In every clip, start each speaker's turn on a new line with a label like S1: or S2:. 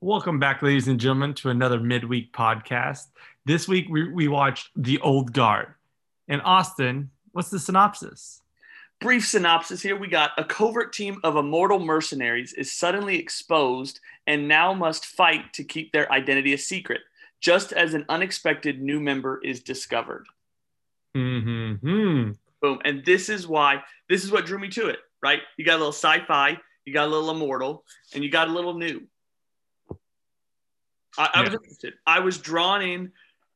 S1: Welcome back, ladies and gentlemen, to another midweek podcast. This week we, we watched The Old Guard. And Austin, what's the synopsis?
S2: brief synopsis here we got a covert team of immortal mercenaries is suddenly exposed and now must fight to keep their identity a secret just as an unexpected new member is discovered
S1: Mm-hmm.
S2: boom and this is why this is what drew me to it right you got a little sci-fi you got a little immortal and you got a little new i, I was
S1: Yeah.
S2: interested i was drawn in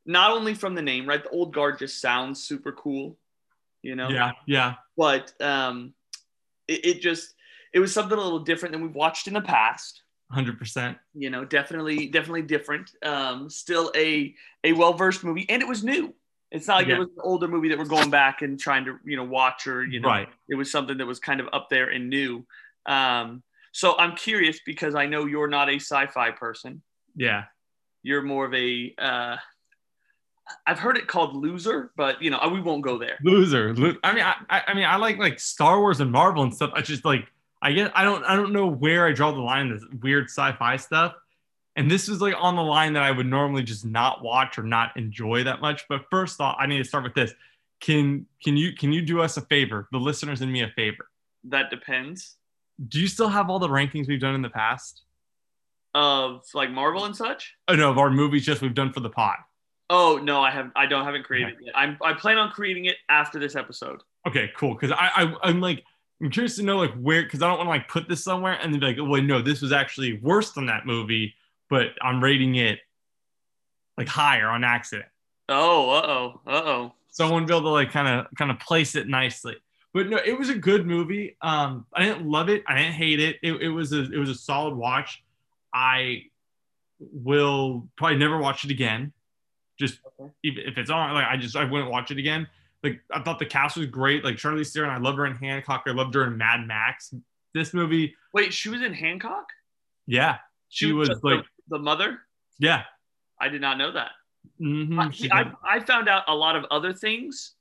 S2: not only from the name right the old guard just sounds super cool you know
S1: Yeah, yeah.
S2: but um, it, it just it was something a little different than we've watched in the past.
S1: 100%.
S2: You know, definitely, definitely different. Um, still a a well versed movie, and it was new. It's not like
S1: Yeah.
S2: it was an older movie that we're going back and trying to you know watch or you know
S1: Right.
S2: it was something that was kind of up there and new. Um, so I'm curious because I know you're not a sci-fi person.
S1: Yeah.
S2: You're more of a uh, I've heard it called loser, but you know we won't go there.
S1: Loser. Lo- I mean, I, I I mean, I like like Star Wars and Marvel and stuff. I just like, I guess I don't, I don't know where I draw the line. in This weird sci-fi stuff. And this was like on the line that I would normally just not watch or not enjoy that much. But first off, I need to start with this. Can can you can you do us a favor, the listeners and me a favor?
S2: That depends
S1: Do you still have all the rankings we've done in the past?
S2: of like Marvel and such.
S1: Oh no, of our movies just we've done for the pod.
S2: Oh no, I have I don't haven't created it yet. I'm I plan on creating it after this episode.
S1: Okay, cool. Because I, I I'm like I'm curious to know like where because I don't want to like put this somewhere and then be like, well, no, this was actually worse than that movie, but I'm rating it like higher on accident.
S2: Oh, uh oh, uh oh.
S1: So I want to be able to like kind of kind of place it nicely. But no, it was a good movie. Um, I didn't love it. I didn't hate it. It, it was a it was a solid watch. I will probably never watch it again. Just
S2: Okay.
S1: if, if it's on, like I just I wouldn't watch it again. Like I thought the cast was great. Like Charlie Theron, I loved her in Hancock. I loved her in Mad Max. This movie,
S2: Wait, she was in Hancock?
S1: yeah, she was
S2: just
S1: like,
S2: the, the mother?
S1: yeah.
S2: I did not know that.
S1: mhm,
S2: I,
S1: she
S2: I,
S1: had-
S2: I found out a lot of other things,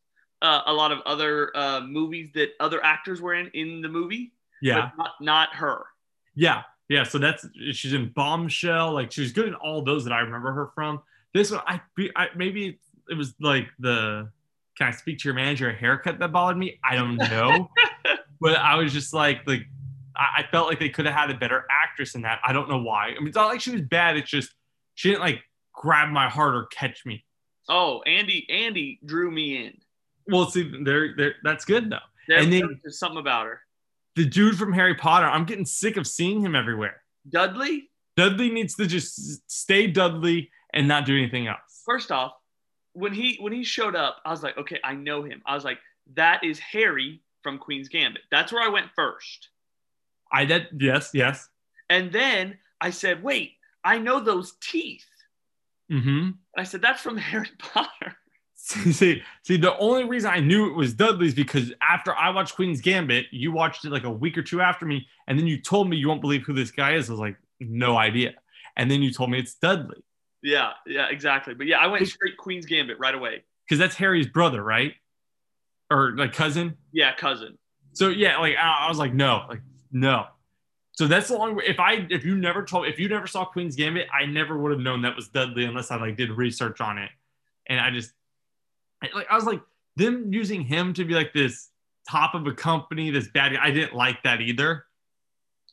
S2: uh, a lot of other uh, movies that other actors were in in the movie,
S1: yeah.
S2: but not, not her.
S1: Yeah, yeah. So that's she's in Bombshell. Like she was good in all those that I remember her from. This one, I, be- I maybe it was like the can I speak to your manager haircut that bothered me. I don't know, but I was just like like I, I felt like they could have had a better actress in that. I don't know why. I mean, it's not like she was bad. It's just she didn't like grab my heart or catch me.
S2: Oh, Andy Andy drew me in.
S1: Well, see, there, there. That's good though.
S2: There,
S1: And then-
S2: there was just something about her.
S1: The dude from Harry Potter, I'm getting sick of seeing him everywhere.
S2: Dudley,
S1: Dudley needs to just stay Dudley and not do anything else.
S2: first off, when he when he showed up, I was like, okay, I know him. I was like, that is Harry from Queen's Gambit. That's where I went first.
S1: I did. Yes, yes.
S2: And then I said, wait, I know those teeth.
S1: Mm-hmm.
S2: And I said, that's from Harry Potter.
S1: See, see, the only reason I knew it was Dudley's because after I watched Queen's Gambit, you watched it like a week or two after me, and then you told me you won't believe who this guy is. I was like, no idea. And then you told me it's Dudley
S2: Yeah, yeah, exactly. But yeah, I went straight Queen's Gambit right away.
S1: because that's Harry's brother, right? Or like cousin.
S2: Yeah, cousin.
S1: So yeah, like I, I was like, no, like no. So that's the long way. If I if you never told if you never saw Queen's Gambit, I never would have known that was Dudley unless I like did research on it. And I just I- like I was like them using him to be like this top of a company, this bad guy. I didn't like that either.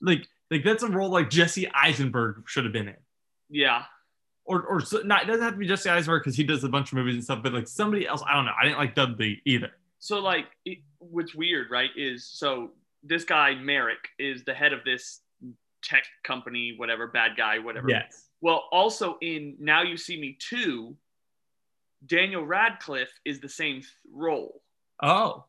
S1: Like like that's a role like Jesse Eisenberg should have been in.
S2: Yeah.
S1: Or, or so, not, it doesn't have to be Jesse Eisenberg because he does a bunch of movies and stuff, but like somebody else, I don't know. I didn't like Dudley either.
S2: So like, it, what's weird, right, is so this guy Merrick is the head of this tech company, whatever, bad guy, whatever.
S1: Yes.
S2: Well, also in Now You See Me Too, Daniel Radcliffe is the same th- role.
S1: Oh,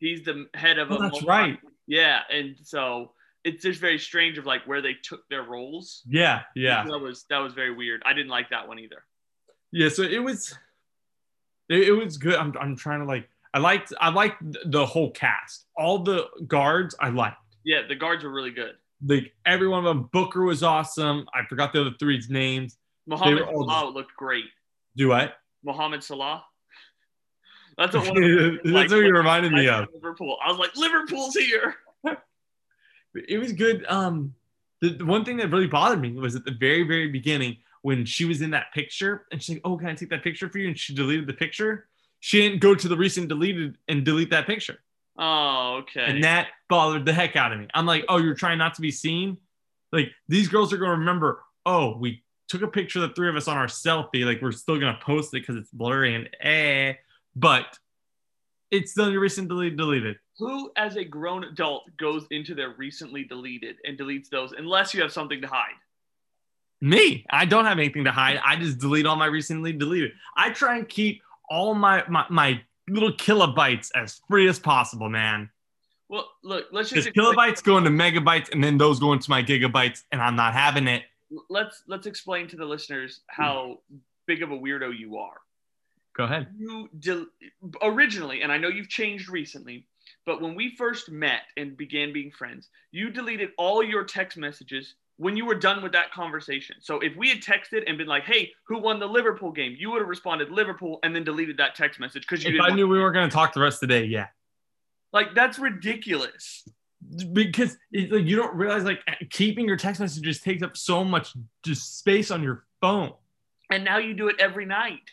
S2: He's the head of
S1: well,
S2: a.
S1: Oh, that's
S2: multi-
S1: right.
S2: Yeah, and so it's just very strange of like where they took their roles.
S1: Yeah, yeah.
S2: that was that was very weird. I didn't like that one either.
S1: yeah so it was it, it was good I'm, I'm trying to like i liked i liked th- the whole cast all the guards i liked
S2: Yeah, the guards were really good.
S1: like every one of them booker was awesome i forgot the other three's names
S2: Mohammed
S1: were all-
S2: Salah looked great.
S1: do i
S2: Mohammed Salah. That's what
S1: that's
S2: one
S1: what
S2: of the- like,
S1: you reminded me
S2: I-
S1: of
S2: Liverpool. I was like, Liverpool's here.
S1: it was good um the, the one thing that really bothered me was at the very, very beginning when she was in that picture and she's like, "Oh, can I take that picture for you?" and she deleted the picture. She didn't go to the recent deleted and delete that picture,
S2: Oh, okay.
S1: and that bothered the heck out of me. I'm like, "Oh, you're trying not to be seen." Like these girls are gonna remember. Oh, we took a picture of the three of us on our selfie. Like we're still gonna post it because it's blurry and eh, but it's still in your recent deleted deleted.
S2: Who, as a grown adult, goes into their recently deleted and deletes those unless you have something to hide?
S1: Me, I don't have anything to hide. I just delete all my recently deleted. I try and keep all my my, my little kilobytes as free as possible, man.
S2: Well, look, let's just
S1: Because
S2: explain-
S1: kilobytes go into megabytes, and then those go into my gigabytes, and I'm not having it.
S2: let's let's explain to the listeners how big of a weirdo you are.
S1: Go ahead.
S2: You del- originally, and I know you've changed recently, but when we first met and began being friends, you deleted all your text messages when you were done with that conversation. So if we had texted and been like, "Hey, who won the Liverpool game?" you would have responded Liverpool and then deleted that text message because you
S1: If
S2: didn't
S1: I
S2: want-
S1: knew we weren't going to talk the rest of the day, yeah.
S2: like that's ridiculous.
S1: Because it's like you don't realize like keeping your text messages takes up so much just space on your phone.
S2: And now you do it every night.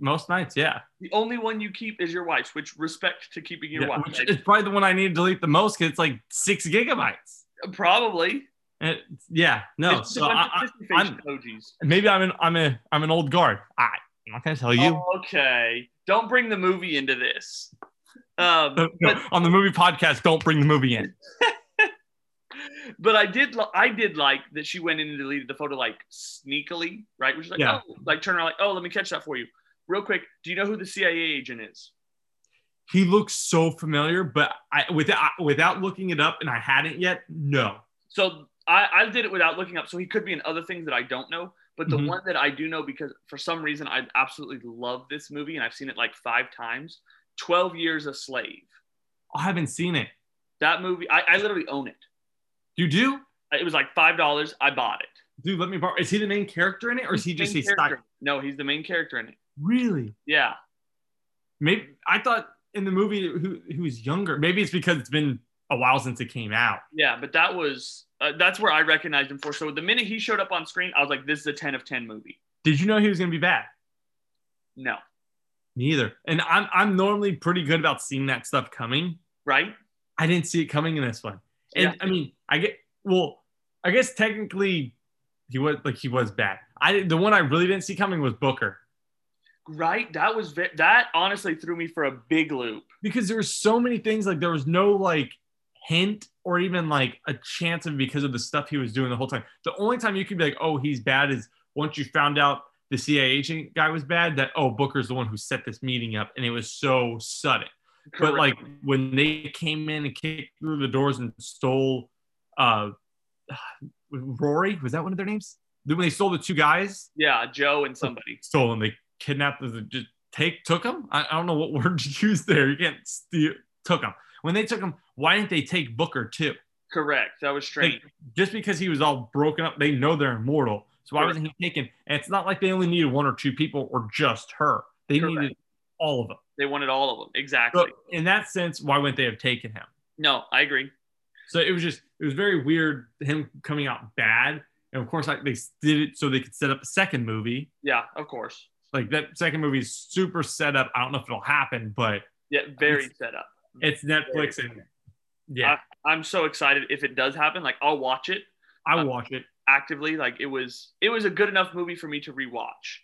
S1: Most nights, yeah.
S2: The only one you keep is your wife's, which respect to keeping your
S1: yeah
S2: wife.
S1: which is probably the one I need to delete the most because it's like six gigabytes.
S2: Probably.
S1: And it's- yeah, no.
S2: It's just a
S1: So I,
S2: bunch
S1: I-
S2: of kissy-face
S1: I'm-
S2: emojis.
S1: maybe I'm an I'm a I'm an old guard. I I'm not gonna tell
S2: Oh,
S1: you.
S2: Okay, don't bring the movie into this. Um,
S1: No, no,
S2: but
S1: on the movie podcast, don't bring the movie in.
S2: but I did li- I did like that she went in and deleted the photo like sneakily, right? Which is like
S1: Yeah.
S2: oh, like turn around like oh let me catch that for you real quick. Do you know who the CIA agent is?
S1: He looks so familiar, but I without without looking it up, and I hadn't yet. No,
S2: So I, I did it without looking up. So he could be in other things that I don't know. But the
S1: Mhm.
S2: one that I do know because for some reason I absolutely love this movie and I've seen it like five times. Twelve Years a Slave.
S1: I haven't seen it.
S2: That movie I, I literally own it.
S1: You do,
S2: It was like five dollars. I bought it.
S1: dude. Let me borrow. Is he the main character in it, or is he just a
S2: Main
S1: side?
S2: character. No, he's the main character in it.
S1: Really?
S2: Yeah.
S1: Maybe I thought in the movie who who's younger. Maybe it's because it's been a while since it came out.
S2: Yeah, but that was uh, that's where I recognized him for. So the minute he showed up on screen, I was like, "This is a ten of ten movie."
S1: Did you know he was gonna be bad?
S2: No,
S1: Neither. And I'm I'm normally pretty good about seeing that stuff coming.
S2: right?
S1: I didn't see it coming in this one. And
S2: Yeah.
S1: I mean, I get well, I guess technically he was like he was bad. I didn't- the one I really didn't see coming was Booker
S2: Right? That was ve- that honestly threw me for a big loop.
S1: because there were so many things like there was no like hint or even like a chance of because of the stuff he was doing the whole time. The only time you could be like, oh, he's bad is once you found out the CIA agent guy was bad. That oh, Booker's the one who set this meeting up, and it was so sudden. But like when they came in and kicked through the doors and stole uh Rory, was that one of their names? When they stole the two guys,
S2: yeah, Joe and somebody.
S1: stole them, they kidnapped them, just take took them. I, I don't know what word to use there. You can't steal took them. When they took them, why didn't they take Booker too?
S2: Correct. That was strange.
S1: Just because he was all broken up, they know they're immortal. So why wasn't he taken? And it's not like they only needed one or two people or just her. They
S2: Correct.
S1: needed all of them.
S2: They wanted all of them. Exactly.
S1: So in that sense, why wouldn't they have taken him?
S2: no, I agree.
S1: So it was just it was very weird him coming out bad, and of course like they did it so they could set up a second movie.
S2: Yeah, of course.
S1: Like that second movie is super set up. I don't know if it'll happen, but
S2: Yeah, very set up.
S1: it's Netflix and yeah,
S2: I'm so excited if it does happen. Like I'll watch it
S1: I will watch it.
S2: actively. Like it was it was a good enough movie for me to rewatch.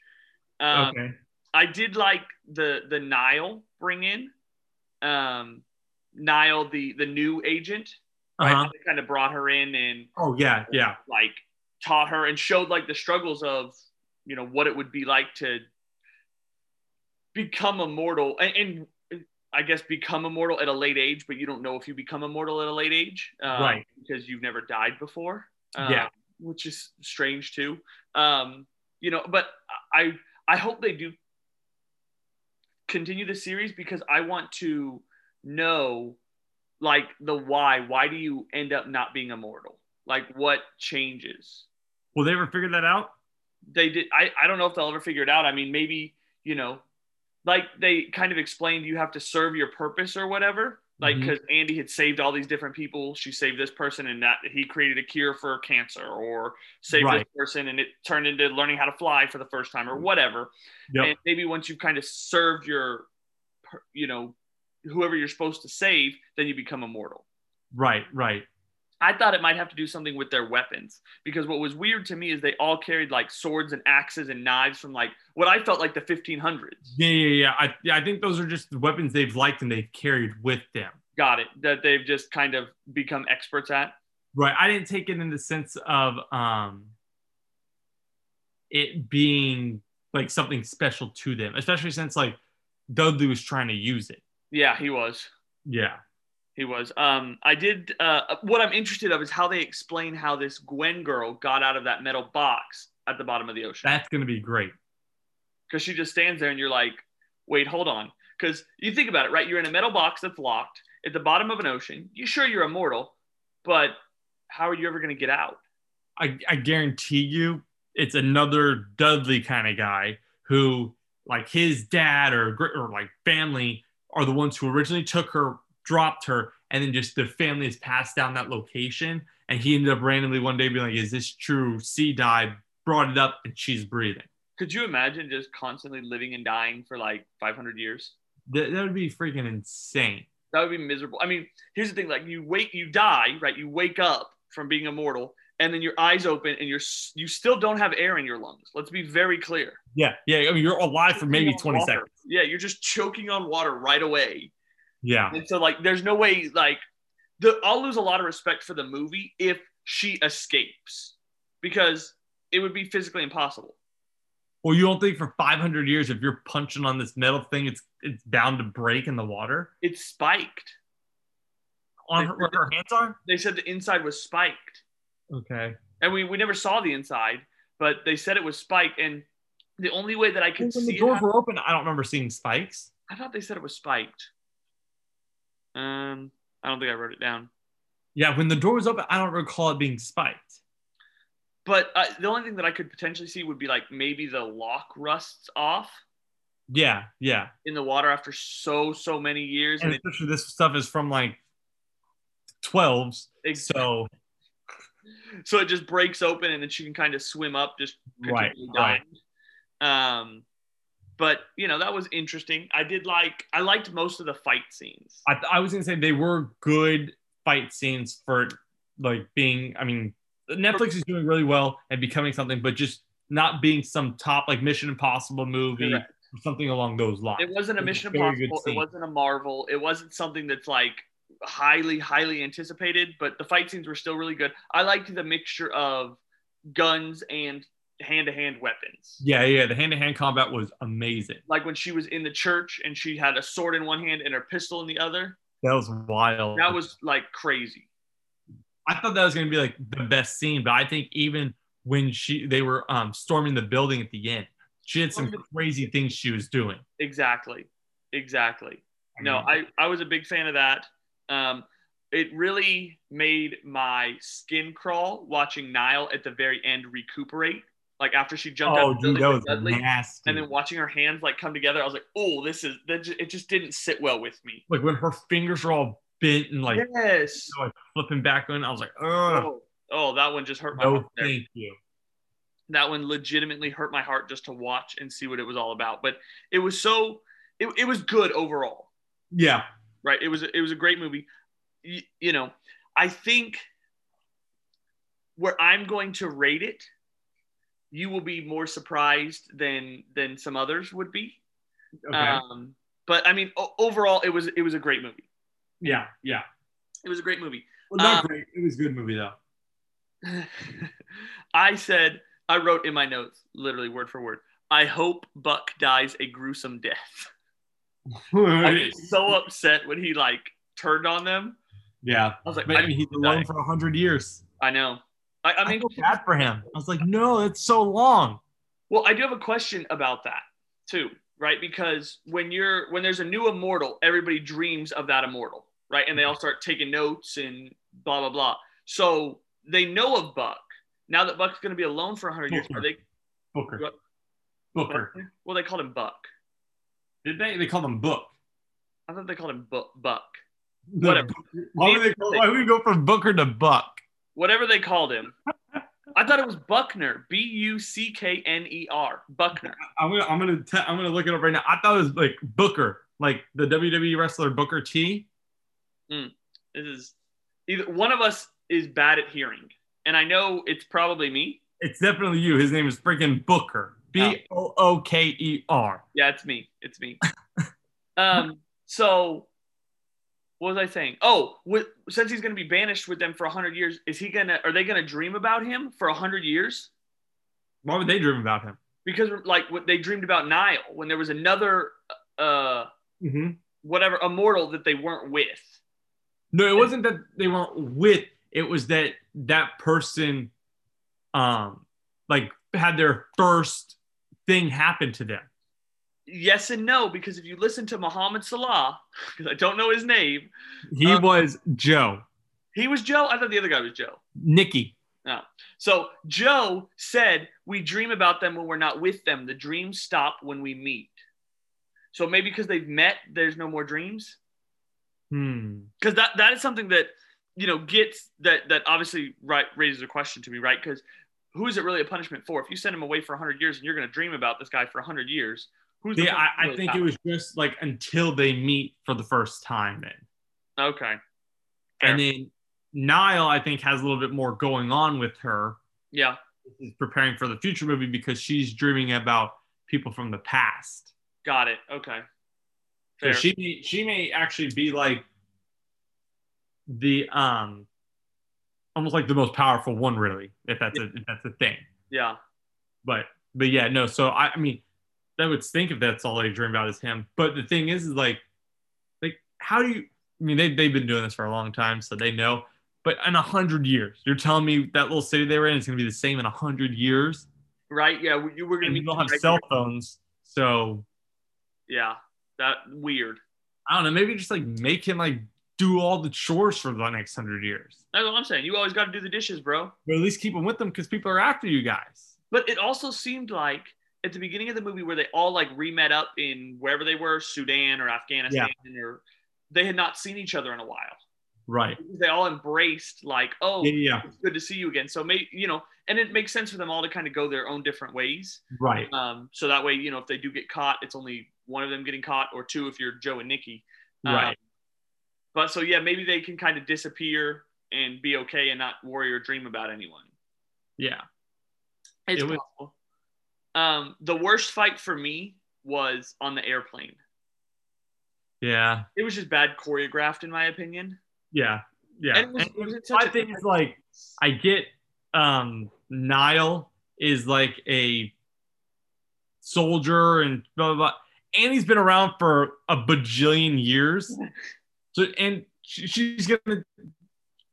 S2: Um,
S1: Okay,
S2: I did like the the Nile bring in, um, Nile the the new agent. Right,
S1: uh-huh.
S2: they kind of brought her in and
S1: oh yeah, yeah,
S2: like taught her and showed like the struggles of you know what it would be like to become immortal and, and I guess become immortal at a late age, but you don't know if you become immortal at a late age, um,
S1: Right.
S2: Because you've never died before, um,
S1: Yeah.
S2: which is strange too. Um, you know, but I I hope they do continue the series because I want to know like the why. Why do you end up not being immortal? Like what changes?
S1: Will they ever figure that out?
S2: They did I, I don't know if they'll ever figure it out. I mean, maybe, you know, like they kind of explained you have to serve your purpose or whatever. like
S1: Mm-hmm.
S2: because Andy had saved all these different people. She saved this person, and that he created a cure for cancer, or saved
S1: Right. Mm-hmm.
S2: this person, and it turned into learning how to fly for the first time, or whatever.
S1: Yep.
S2: And maybe once you've kind of served your, per- you know, whoever you're supposed to save, then you become immortal.
S1: Right, right.
S2: I thought it might have to do something with their weapons because what was weird to me is they all carried like swords and axes and knives from like what I felt like the 1500s.
S1: Yeah, yeah, yeah. I, yeah, I think those are just the weapons they've liked and they've carried with them.
S2: Got it. That they've just kind of become experts at.
S1: Right. I didn't take it in the sense of um it being like something special to them, especially since like Dudley was trying to use it.
S2: Yeah, he was.
S1: Yeah.
S2: He was. Um, I did. Uh, what I'm interested of is how they explain how this Gwen girl got out of that metal box at the bottom of the ocean.
S1: That's gonna be great.
S2: Because she just stands there, and you're like, wait, hold on. Because you think about it, right? You're in a metal box that's locked at the bottom of an ocean. You sure you're immortal, but how are you ever going to get out?
S1: I, I guarantee you it's another Dudley kind of guy who like his dad or gr- or like family are the ones who originally took her, dropped her, and then just the family has passed down that location. And he ended up randomly one day being like, "Is this true?" Sea died, brought it up, and she's breathing.
S2: Could you imagine just constantly living and dying for like 500 years?
S1: That, that would be freaking insane.
S2: That would be miserable. I mean, here's the thing: like you wake, you die, right? You wake up from being immortal, and then your eyes open, and you're s- you still don't have air in your lungs. Let's be very clear.
S1: Yeah, yeah. I mean, you're alive for maybe
S2: Choking on
S1: 20
S2: water.
S1: seconds.
S2: Yeah, you're just choking on water right away,
S1: Yeah,
S2: and so like, there's no way. Like, the, I'll lose a lot of respect for the movie if she escapes, because it would be physically impossible.
S1: Well, you don't think for 500 years if you're punching on this metal thing, it's it's bound to break in the water.
S2: It's spiked.
S1: On her, where her hands are.
S2: They said the inside was spiked.
S1: Okay.
S2: and we, we never saw the inside, but they said it was spiked. And the only way that I could
S1: When the
S2: see, it,
S1: doors were open, I don't remember seeing spikes.
S2: I thought they said it was spiked. Um, I don't think I wrote it down.
S1: Yeah, when the door was open, I don't recall it being spiked.
S2: But uh, the only thing that I could potentially see would be like maybe the lock rusts off
S1: Yeah, yeah.
S2: in the water after so so many years,
S1: And
S2: and it,
S1: especially this stuff is from like 12s,
S2: it-
S1: so
S2: so it just breaks open, and then she can kind of swim up, just
S1: right,
S2: particularly
S1: right.
S2: dying. Um, but you know that was interesting. I did like I liked most of the fight scenes.
S1: I, I was gonna say they were good fight scenes for like being. I mean, Netflix is doing really well and becoming something, but just not being some top like Mission Impossible movie
S2: Correct.
S1: or something along those lines.
S2: It wasn't a
S1: It was
S2: Mission
S1: a very good
S2: Impossible. It
S1: scene.
S2: wasn't a Marvel. It wasn't something that's like highly, highly anticipated. But the fight scenes were still really good. I liked the mixture of guns and hand-to-hand weapons.
S1: yeah, yeah. The hand to hand combat was amazing.
S2: Like when she was in the church and she had a sword in one hand and her pistol in the other.
S1: That was wild.
S2: That was like crazy.
S1: I thought that was gonna be like the best scene, but I think even when she they were um storming the building at the end, she had some crazy things she was doing.
S2: Exactly. Exactly. No,
S1: mean,
S2: I, I was a big fan of that. Um, it really made my skin crawl watching Nile at the very end recuperate. Like after she jumped
S1: oh
S2: out of the
S1: dude,
S2: building
S1: that
S2: with
S1: was
S2: Dudley,
S1: nasty.
S2: and then watching her hands like come together, I was like, "Oh, this is that." Just, it just didn't sit well with me.
S1: like when her fingers were all bent and like
S2: yes.
S1: flipping back on. I was like, oh,
S2: Oh, oh, that one just hurt my
S1: no,
S2: heart. there.
S1: thank you.
S2: that one legitimately hurt my heart just to watch and see what it was all about. But it was so, it, it was good overall.
S1: Yeah,
S2: right? It was it was a great movie. You, you know, I think where I'm going to rate it, you will be more surprised than than some others would be.
S1: okay.
S2: Um, but I mean, o- overall, it was it was a great movie.
S1: yeah, yeah.
S2: It was a great movie.
S1: Well, not
S2: um,
S1: great. It was a good movie though.
S2: I said I wrote in my notes, literally word for word. I hope Buck dies a gruesome death. I was so upset when he like turned on them.
S1: yeah,
S2: I was like,
S1: but
S2: I,
S1: I mean, he's
S2: dying.
S1: alone for hundred years.
S2: I know. I, I
S1: I
S2: mean,
S1: mean, bad for him. I was like, no, it's so long.
S2: Well, I do have a question about that too, right? Because when you're when there's a new immortal, everybody dreams of that immortal, right? And they all start taking notes and blah blah blah. So they know of Buck. Now that Buck's going to be alone for 100 years,
S1: Booker.
S2: are they
S1: Booker,
S2: What?
S1: Booker.
S2: well they called him Buck.
S1: Did they? They called him Book.
S2: I thought they called him Bu- Buck. Whatever.
S1: Why would they go, why would we go from Booker to Buck?
S2: whatever they called him. I thought it was Buckner, B U C K N E R, Buckner.
S1: I'm gonna I'm gonna te- I'm gonna look it up right now. I thought it was like Booker, like the WWE wrestler Booker T.
S2: This is either one of us is bad at hearing, and I know it's probably me.
S1: It's definitely you. His name is freaking Booker. B O O K E R.
S2: Yeah, it's me. It's me. um, so what was I saying? Oh, with, since he's going to be banished with them for 100 years, is he going to are they going to dream about him for 100 years?
S1: Why would they dream about him?
S2: Because like what they dreamed about Nile when there was another uh
S1: Mm-hmm.
S2: whatever immortal that they weren't with.
S1: No, it wasn't that they weren't with. It was that that person, um, like had their first thing happen to them.
S2: Yes and no, because if you listen to Muhammad Salah, because I don't know his name,
S1: He
S2: Um,
S1: was Joe,
S2: he was Joe. I thought the other guy was Joe.
S1: Nikki.
S2: So Joe said, We dream about them when we're not with them. The dreams stop when we meet. So maybe because they've met, there's no more dreams.
S1: Hmm.
S2: Because that, that is something that, you know, gets that that obviously right raises a question to me, right? Because who is it really a punishment for? If you send him away for 100 years and you're going to dream about this guy for 100 years, who's the
S1: Yeah,
S2: punishment
S1: I, I
S2: really
S1: think it
S2: about?
S1: was just like until they meet for the first time, then.
S2: okay.
S1: And then Niall, I think, has a little bit more going on with her,
S2: Yeah.
S1: is preparing for the future movie because she's dreaming about people from the past.
S2: Got it. Okay.
S1: So
S2: Fair.
S1: she may, she may actually be like the um almost like the most powerful one, really, if that's a if that's a thing.
S2: yeah.
S1: But but yeah, no. So I, I mean, that would stink if that's all they dream about is him. But the thing is, is like, like how do you? I mean, they they've been doing this for a long time, so they know. But in a hundred years, you're telling me that little city they were in is going to be the same in a hundred years,
S2: Right. Yeah. We, you were gonna
S1: and
S2: be
S1: we don't have
S2: right
S1: cell phones. So
S2: here. Yeah. That weird.
S1: I don't know. Maybe just like make him like do all the chores for the next hundred years,
S2: That's what I'm saying. You always got to do the dishes, bro.
S1: but at least keep him with them because people are after you guys.
S2: But it also seemed like at the beginning of the movie where they all like re-met up in wherever they were, Sudan or Afghanistan, or they had not seen each other in a while.
S1: Right.
S2: They all embraced like, oh,
S1: Yeah. yeah,
S2: it's good to see you again. So maybe you know, and it makes sense for them all to kind of go their own different ways.
S1: Right.
S2: Um, so that way, you know, if they do get caught, it's only one of them getting caught, or two if you're Joe and Nikki. Um,
S1: Right.
S2: But so yeah, maybe they can kind of disappear and be okay and not worry or dream about anyone.
S1: Yeah.
S2: It's
S1: It was-
S2: possible. Um, the worst fight for me was on the airplane.
S1: Yeah.
S2: It was just bad choreographed, in my opinion.
S1: Yeah. Yeah.
S2: And it was,
S1: And-
S2: it was in such
S1: my
S2: a-
S1: thing is like I get um Nile is like a soldier and blah blah blah. And he's been around for a bajillion years. So and she, she's gonna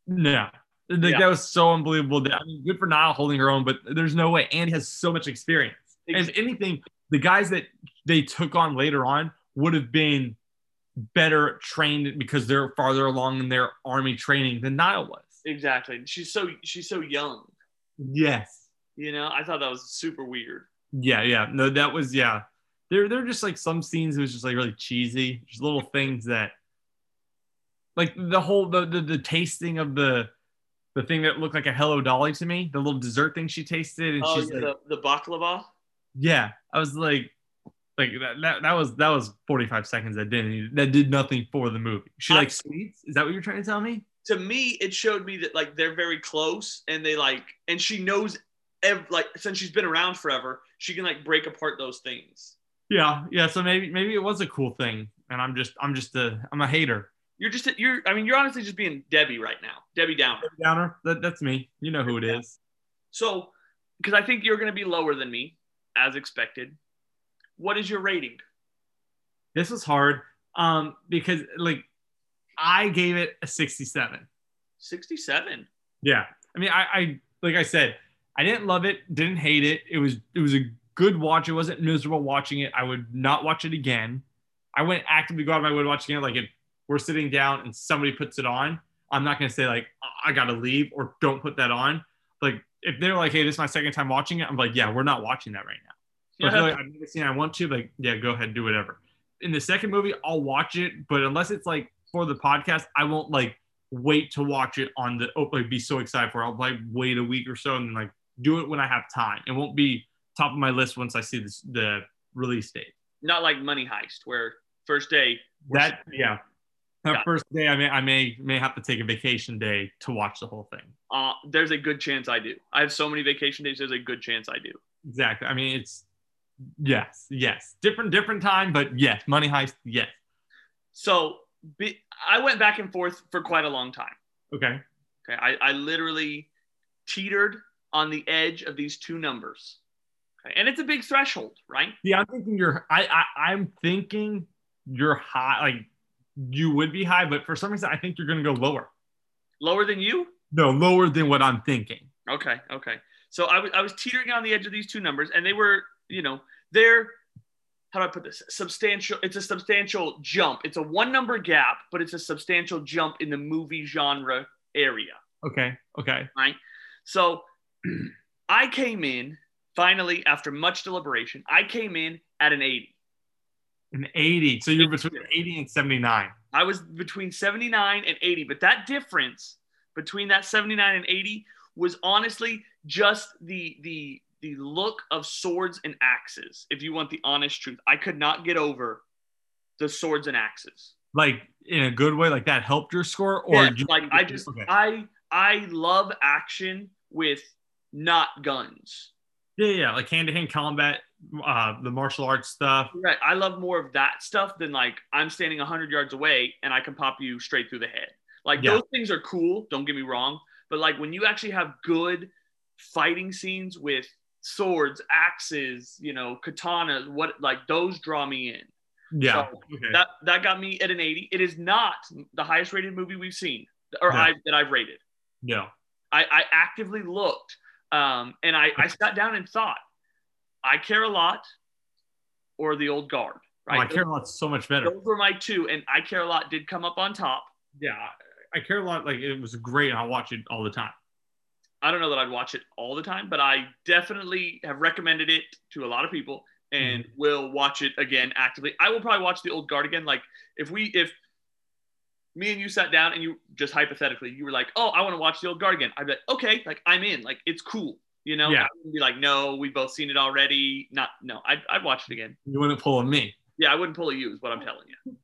S1: no. Like,
S2: Yeah.
S1: That was so unbelievable. That, I mean, good for Nile holding her own, but there's no way. Andy has so much experience. And if anything, the guys that they took on later on would have been better trained because they're farther along in their army training than Nile was.
S2: exactly. She's so she's so young.
S1: Yes.
S2: You know, I thought that was super weird.
S1: Yeah, yeah. No, that was yeah. There there were just like some scenes it was just like really cheesy. Just little things that like the whole the the, the tasting of the the thing that looked like a hello dolly to me, the little dessert thing she tasted, and
S2: Oh,
S1: she's
S2: yeah,
S1: like,
S2: the, the baklava.
S1: yeah i was like like that, that that was that was 45 seconds that didn't e, that did nothing for the movie she
S2: I-
S1: likes sweets is that what you're trying to tell me
S2: to me it showed me that like they're very close and they like and she knows ev- like since she's been around forever she can like break apart those things
S1: yeah yeah so maybe maybe it was a cool thing and i'm just i'm just a i'm a hater
S2: you're just you're i mean you're honestly just being debbie right now debbie downer
S1: downer that, that's me you know who it is
S2: so because i think you're going to be lower than me as expected what is your rating
S1: this was hard um because like i gave it a 67
S2: 67
S1: yeah i mean i i like i said i didn't love it didn't hate it it was it was a good watch it wasn't miserable watching it i would not watch it again i wouldn't actively go out of my way to watch it again like if we're sitting down and somebody puts it on i'm not going to say like i I gotta leave or don't put that on like if they're like hey this is my second time watching it i'm like yeah we're not watching that right now but if they're like, I've never seen it, I want to. Like, yeah, go ahead, do whatever. In the second movie, I'll watch it, but unless it's like for the podcast, I won't like wait to watch it on the oh, like be so excited for. It. I'll like wait a week or so and like do it when I have time. It won't be top of my list once I see this, the release date.
S2: Not like Money Heist, where first day we're
S1: That yeah. That
S2: Yeah.
S1: first day, I may, I may, may have to take a vacation day to watch the whole thing.
S2: uh, there's a good chance I do. I have so many vacation days. There's a good chance I do.
S1: Exactly. I mean, it's yes, yes, different, different time, but yes, money heist, yes.
S2: So be, I went back and forth for quite a long time.
S1: Okay.
S2: Okay, I, I literally teetered on the edge of these two numbers. Okay, and it's a big threshold, right?
S1: Yeah, I'm thinking you're. I, I I'm thinking you're high. Like you would be high, but for some reason, I think you're gonna go lower.
S2: Lower than you?
S1: No, lower than what I'm thinking.
S2: Okay, okay. So I was I was teetering on the edge of these two numbers, and they were, you know, they're how do I put this? Substantial. It's a substantial jump. It's a one number gap, but it's a substantial jump in the movie genre area.
S1: Okay. Okay.
S2: So I came in finally after much deliberation. I came in at an 80.
S1: An 80. So you're between 80 and 79.
S2: I was between 79 and 80, but that difference between that 79 and 80 was honestly just the the the look of swords and axes. If you want the honest truth, I could not get over the swords and axes.
S1: Like in a good way, like that helped your score, or
S2: Yeah,
S1: you-
S2: like I just
S1: Okay.
S2: I I love action with not guns.
S1: yeah, yeah, like hand to hand combat, uh, the martial arts stuff.
S2: Right. I love more of that stuff than like I'm standing 100 yards away and I can pop you straight through the head. Like
S1: Yeah.
S2: those things are cool. Don't get me wrong. But like when you actually have good fighting scenes with swords, axes, you know, katanas, what like those draw me in.
S1: Yeah.
S2: So,
S1: okay.
S2: That that got me at an 80. It is not the highest rated movie we've seen or
S1: No.
S2: I that I've rated.
S1: no.
S2: I, I actively looked um, and I, I sat down and thought, I care a lot or the old guard.
S1: Oh, I
S2: Right.
S1: care a lot so much better.
S2: Those were my two, and I Care a Lot did come up on top.
S1: Yeah. I care a lot. Like it was great. And I watch it all the time.
S2: I don't know that I'd watch it all the time, but I definitely have recommended it to a lot of people
S1: Mm-hmm.
S2: and will watch it again actively. I will probably watch The Old Guard again. Like if we, if me and you sat down and you just hypothetically, you were like, "Oh, I want to watch The Old Guard again," I'd be like, "Okay, like I'm in. Like it's cool." You know,
S1: Yeah.
S2: I wouldn't be like, "No, we've both seen it already." Not, no, I'd, I'd watch it again.
S1: You wouldn't pull on me.
S2: Yeah, I wouldn't pull a you is what I'm telling you.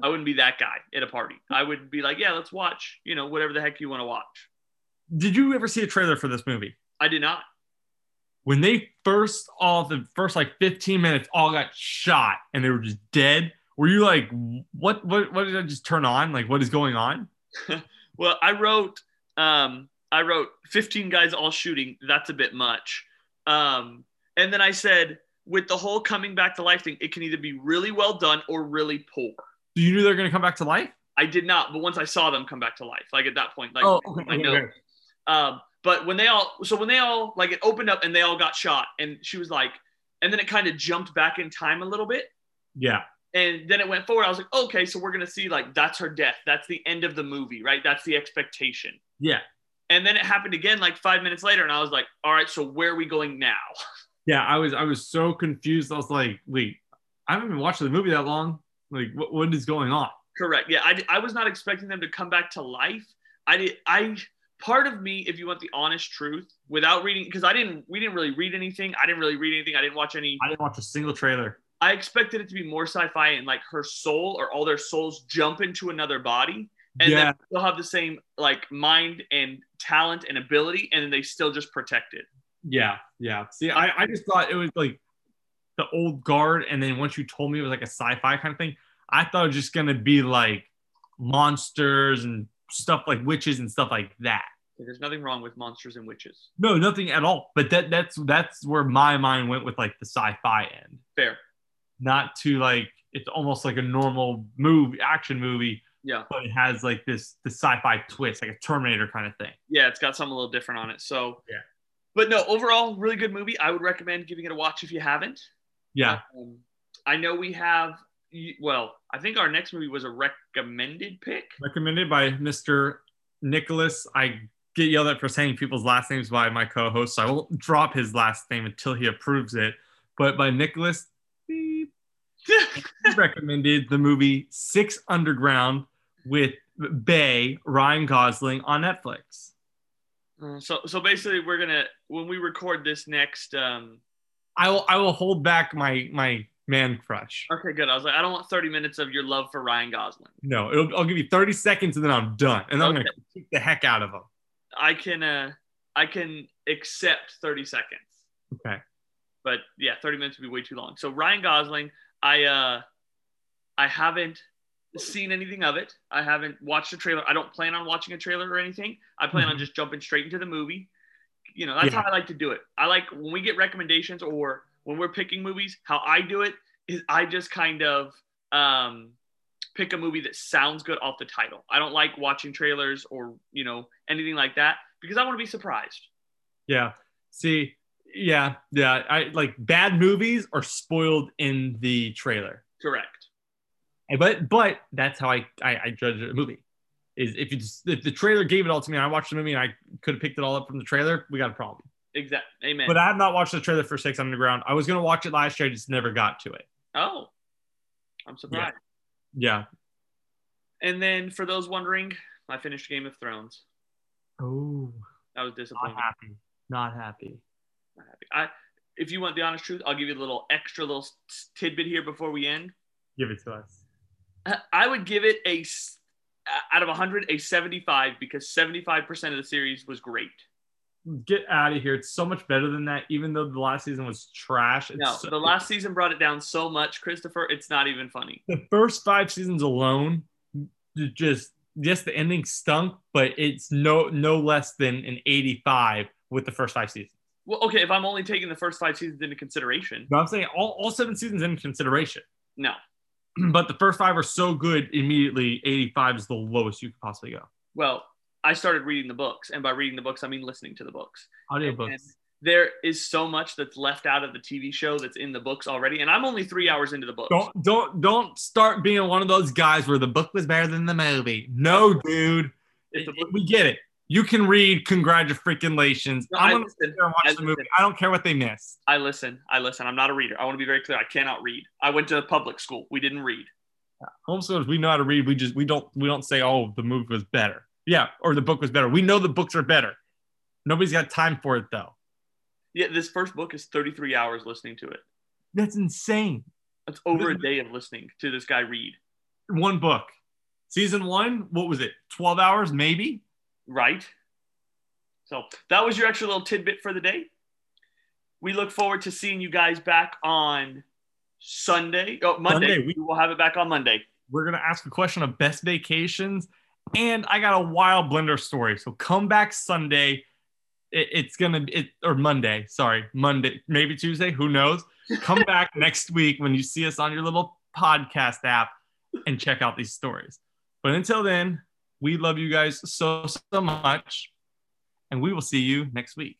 S2: I wouldn't be that guy at a party. I would be like, yeah, let's watch, you know, whatever the heck you want to watch.
S1: Did you ever see a trailer for this movie?
S2: I did not.
S1: When they first all the first like 15 minutes all got shot and they were just dead. Were you like, what what what did I just turn on? Like what is going on?
S2: Well, I wrote um I wrote 15 guys all shooting. That's a bit much. Um and then I said with the whole coming back to life thing, it can either be really well done or really poor.
S1: So you knew they're gonna come back to life?
S2: I did not, but once I saw them come back to life, like at that point, like
S1: oh, okay,
S2: I
S1: okay,
S2: know.
S1: okay.
S2: Um, but when they all, so when they all, like it opened up and they all got shot, and she was like, and then it kind of jumped back in time a little bit,
S1: Yeah.
S2: and then it went forward. I was like, okay, so we're gonna see like that's her death. That's the end of the movie, right? That's the expectation.
S1: Yeah.
S2: And then it happened again like five minutes later, and I was like, all right, so where are we going now?
S1: Yeah. I was I was so confused. I was like, wait, I haven't been watching the movie that long. Like what, what is going on?
S2: Correct. Yeah, I, I was not expecting them to come back to life. I did. I part of me, if you want the honest truth, without reading, because I didn't. We didn't really read anything. I didn't really read anything. I didn't watch any.
S1: I didn't watch a single trailer.
S2: I expected it to be more sci-fi and like her soul or all their souls jump into another body and
S1: yeah.
S2: then they'll have the same like mind and talent and ability and then they still just protect it.
S1: Yeah, yeah. See, I, I just thought it was like the old guard, and then once you told me it was like a sci-fi kind of thing, I thought it was just gonna be like monsters and stuff like witches and stuff like that.
S2: There's nothing wrong with monsters and witches.
S1: No, nothing at all. But that that's that's where my mind went with like the sci-fi end,
S2: Fair.
S1: not to like it's almost like a normal movie action movie,
S2: Yeah.
S1: but it has like this the sci-fi twist, like a Terminator kind of thing.
S2: Yeah, it's got something a little different on it. So
S1: Yeah.
S2: But no, overall, really good movie. I would recommend giving it a watch if you haven't.
S1: Yeah,
S2: Um, I know we have y- well, I think our next movie was a recommended pick.
S1: recommended by Mr. Nicholas. I get yelled at for saying people's last names by my co-host, so I won't drop his last name until he approves it. But by Nicholas, beep, he recommended the movie Six Underground with Bay Ryan Gosling on Netflix.
S2: Uh, So so basically, we're gonna when we record this next. Um,
S1: I will I will hold back my my man crush.
S2: okay, good. I was like, I don't want 30 minutes of your love for Ryan Gosling.
S1: No, it'll, I'll give you 30 seconds and then I'm done. And then I'm
S2: Okay.
S1: gonna kick the heck out of him.
S2: I can uh, I can accept 30 seconds,
S1: Okay.
S2: but yeah, 30 minutes would be way too long. So Ryan Gosling, I uh, I haven't seen anything of it. I haven't watched a trailer. I don't plan on watching a trailer or anything. I plan on
S1: Mhm.
S2: just jumping straight into the movie. You know, that's
S1: Yeah.
S2: how I like to do it. I like when we get recommendations or when we're picking movies, how I do it is I just kind of um pick a movie that sounds good off the title. I don't like watching trailers or, you know, anything like that because I want to be surprised.
S1: Yeah. See, yeah, yeah. I like bad movies are spoiled in the trailer.
S2: Correct.
S1: But but that's how I I, I judge a movie. Is if you just, if the trailer gave it all to me and I watched the movie and I could have picked it all up from the trailer, we got a problem.
S2: Exactly. Amen.
S1: But I have not watched the trailer for Six Underground. I was gonna watch it last year, I just never got to it.
S2: oh. I'm surprised.
S1: Yeah.
S2: And then for those wondering, I finished Game of Thrones.
S1: Oh,
S2: That was
S1: not
S2: disappointing.
S1: happy. Not happy.
S2: Not happy. I if you want the honest truth, I'll give you a little extra little s- tidbit here before we end.
S1: Give it to us.
S2: I- I would give it a s- out of 100 a 75 because 75% of the series was great.
S1: Get out of here. It's so much better than that, even though the last season was trash. It's
S2: No,
S1: so-
S2: the last season brought it down so much, Christopher. It's not even funny.
S1: the first five seasons alone j- just yes the ending stunk but it's no no less than an 85 with the first five seasons
S2: Well, okay, if I'm only taking the first five seasons into consideration,
S1: but i'm saying all, all seven seasons in consideration
S2: no.
S1: but the first five are so good immediately 85 is the lowest you could possibly go
S2: Well, I started reading the books, and by reading the books, I mean listening to the books. And
S1: audiobooks
S2: there is so much that's left out of the TV show that's in the books already, and I'm only three hours into the books.
S1: don't don't don't start being one of those guys where the book was better than the movie no dude
S2: If the
S1: It- it-
S2: book,
S1: we get it you can read congratulations
S2: No,
S1: i'm
S2: I
S1: gonna sit
S2: listen.
S1: there and
S2: I
S1: watch the movie i don't care what they missed
S2: I listen. I listen. I'm not a reader. I want to be very clear. I cannot read. I went to public school. We didn't read.
S1: homeschoolers we know how to read we just we don't we don't say oh the movie was better yeah or the book was better we know the books are better nobody's got time for it though
S2: Yeah, this first book is 33 hours listening to it.
S1: that's insane
S2: That's over a day of listening to this guy read,
S1: one book season one what was it 12 hours maybe
S2: right? So that was your extra little tidbit for the day. We look forward to seeing you guys back on Sunday. Oh, Monday.
S1: Monday, we-
S2: we will have it back on Monday.
S1: we're gonna ask a question of best vacations and i got a wild blender story so come back sunday it, it's gonna it or monday sorry monday maybe tuesday who knows come back next week when you see us on your little podcast app and check out these stories but until then we love you guys so so much and we will see you next week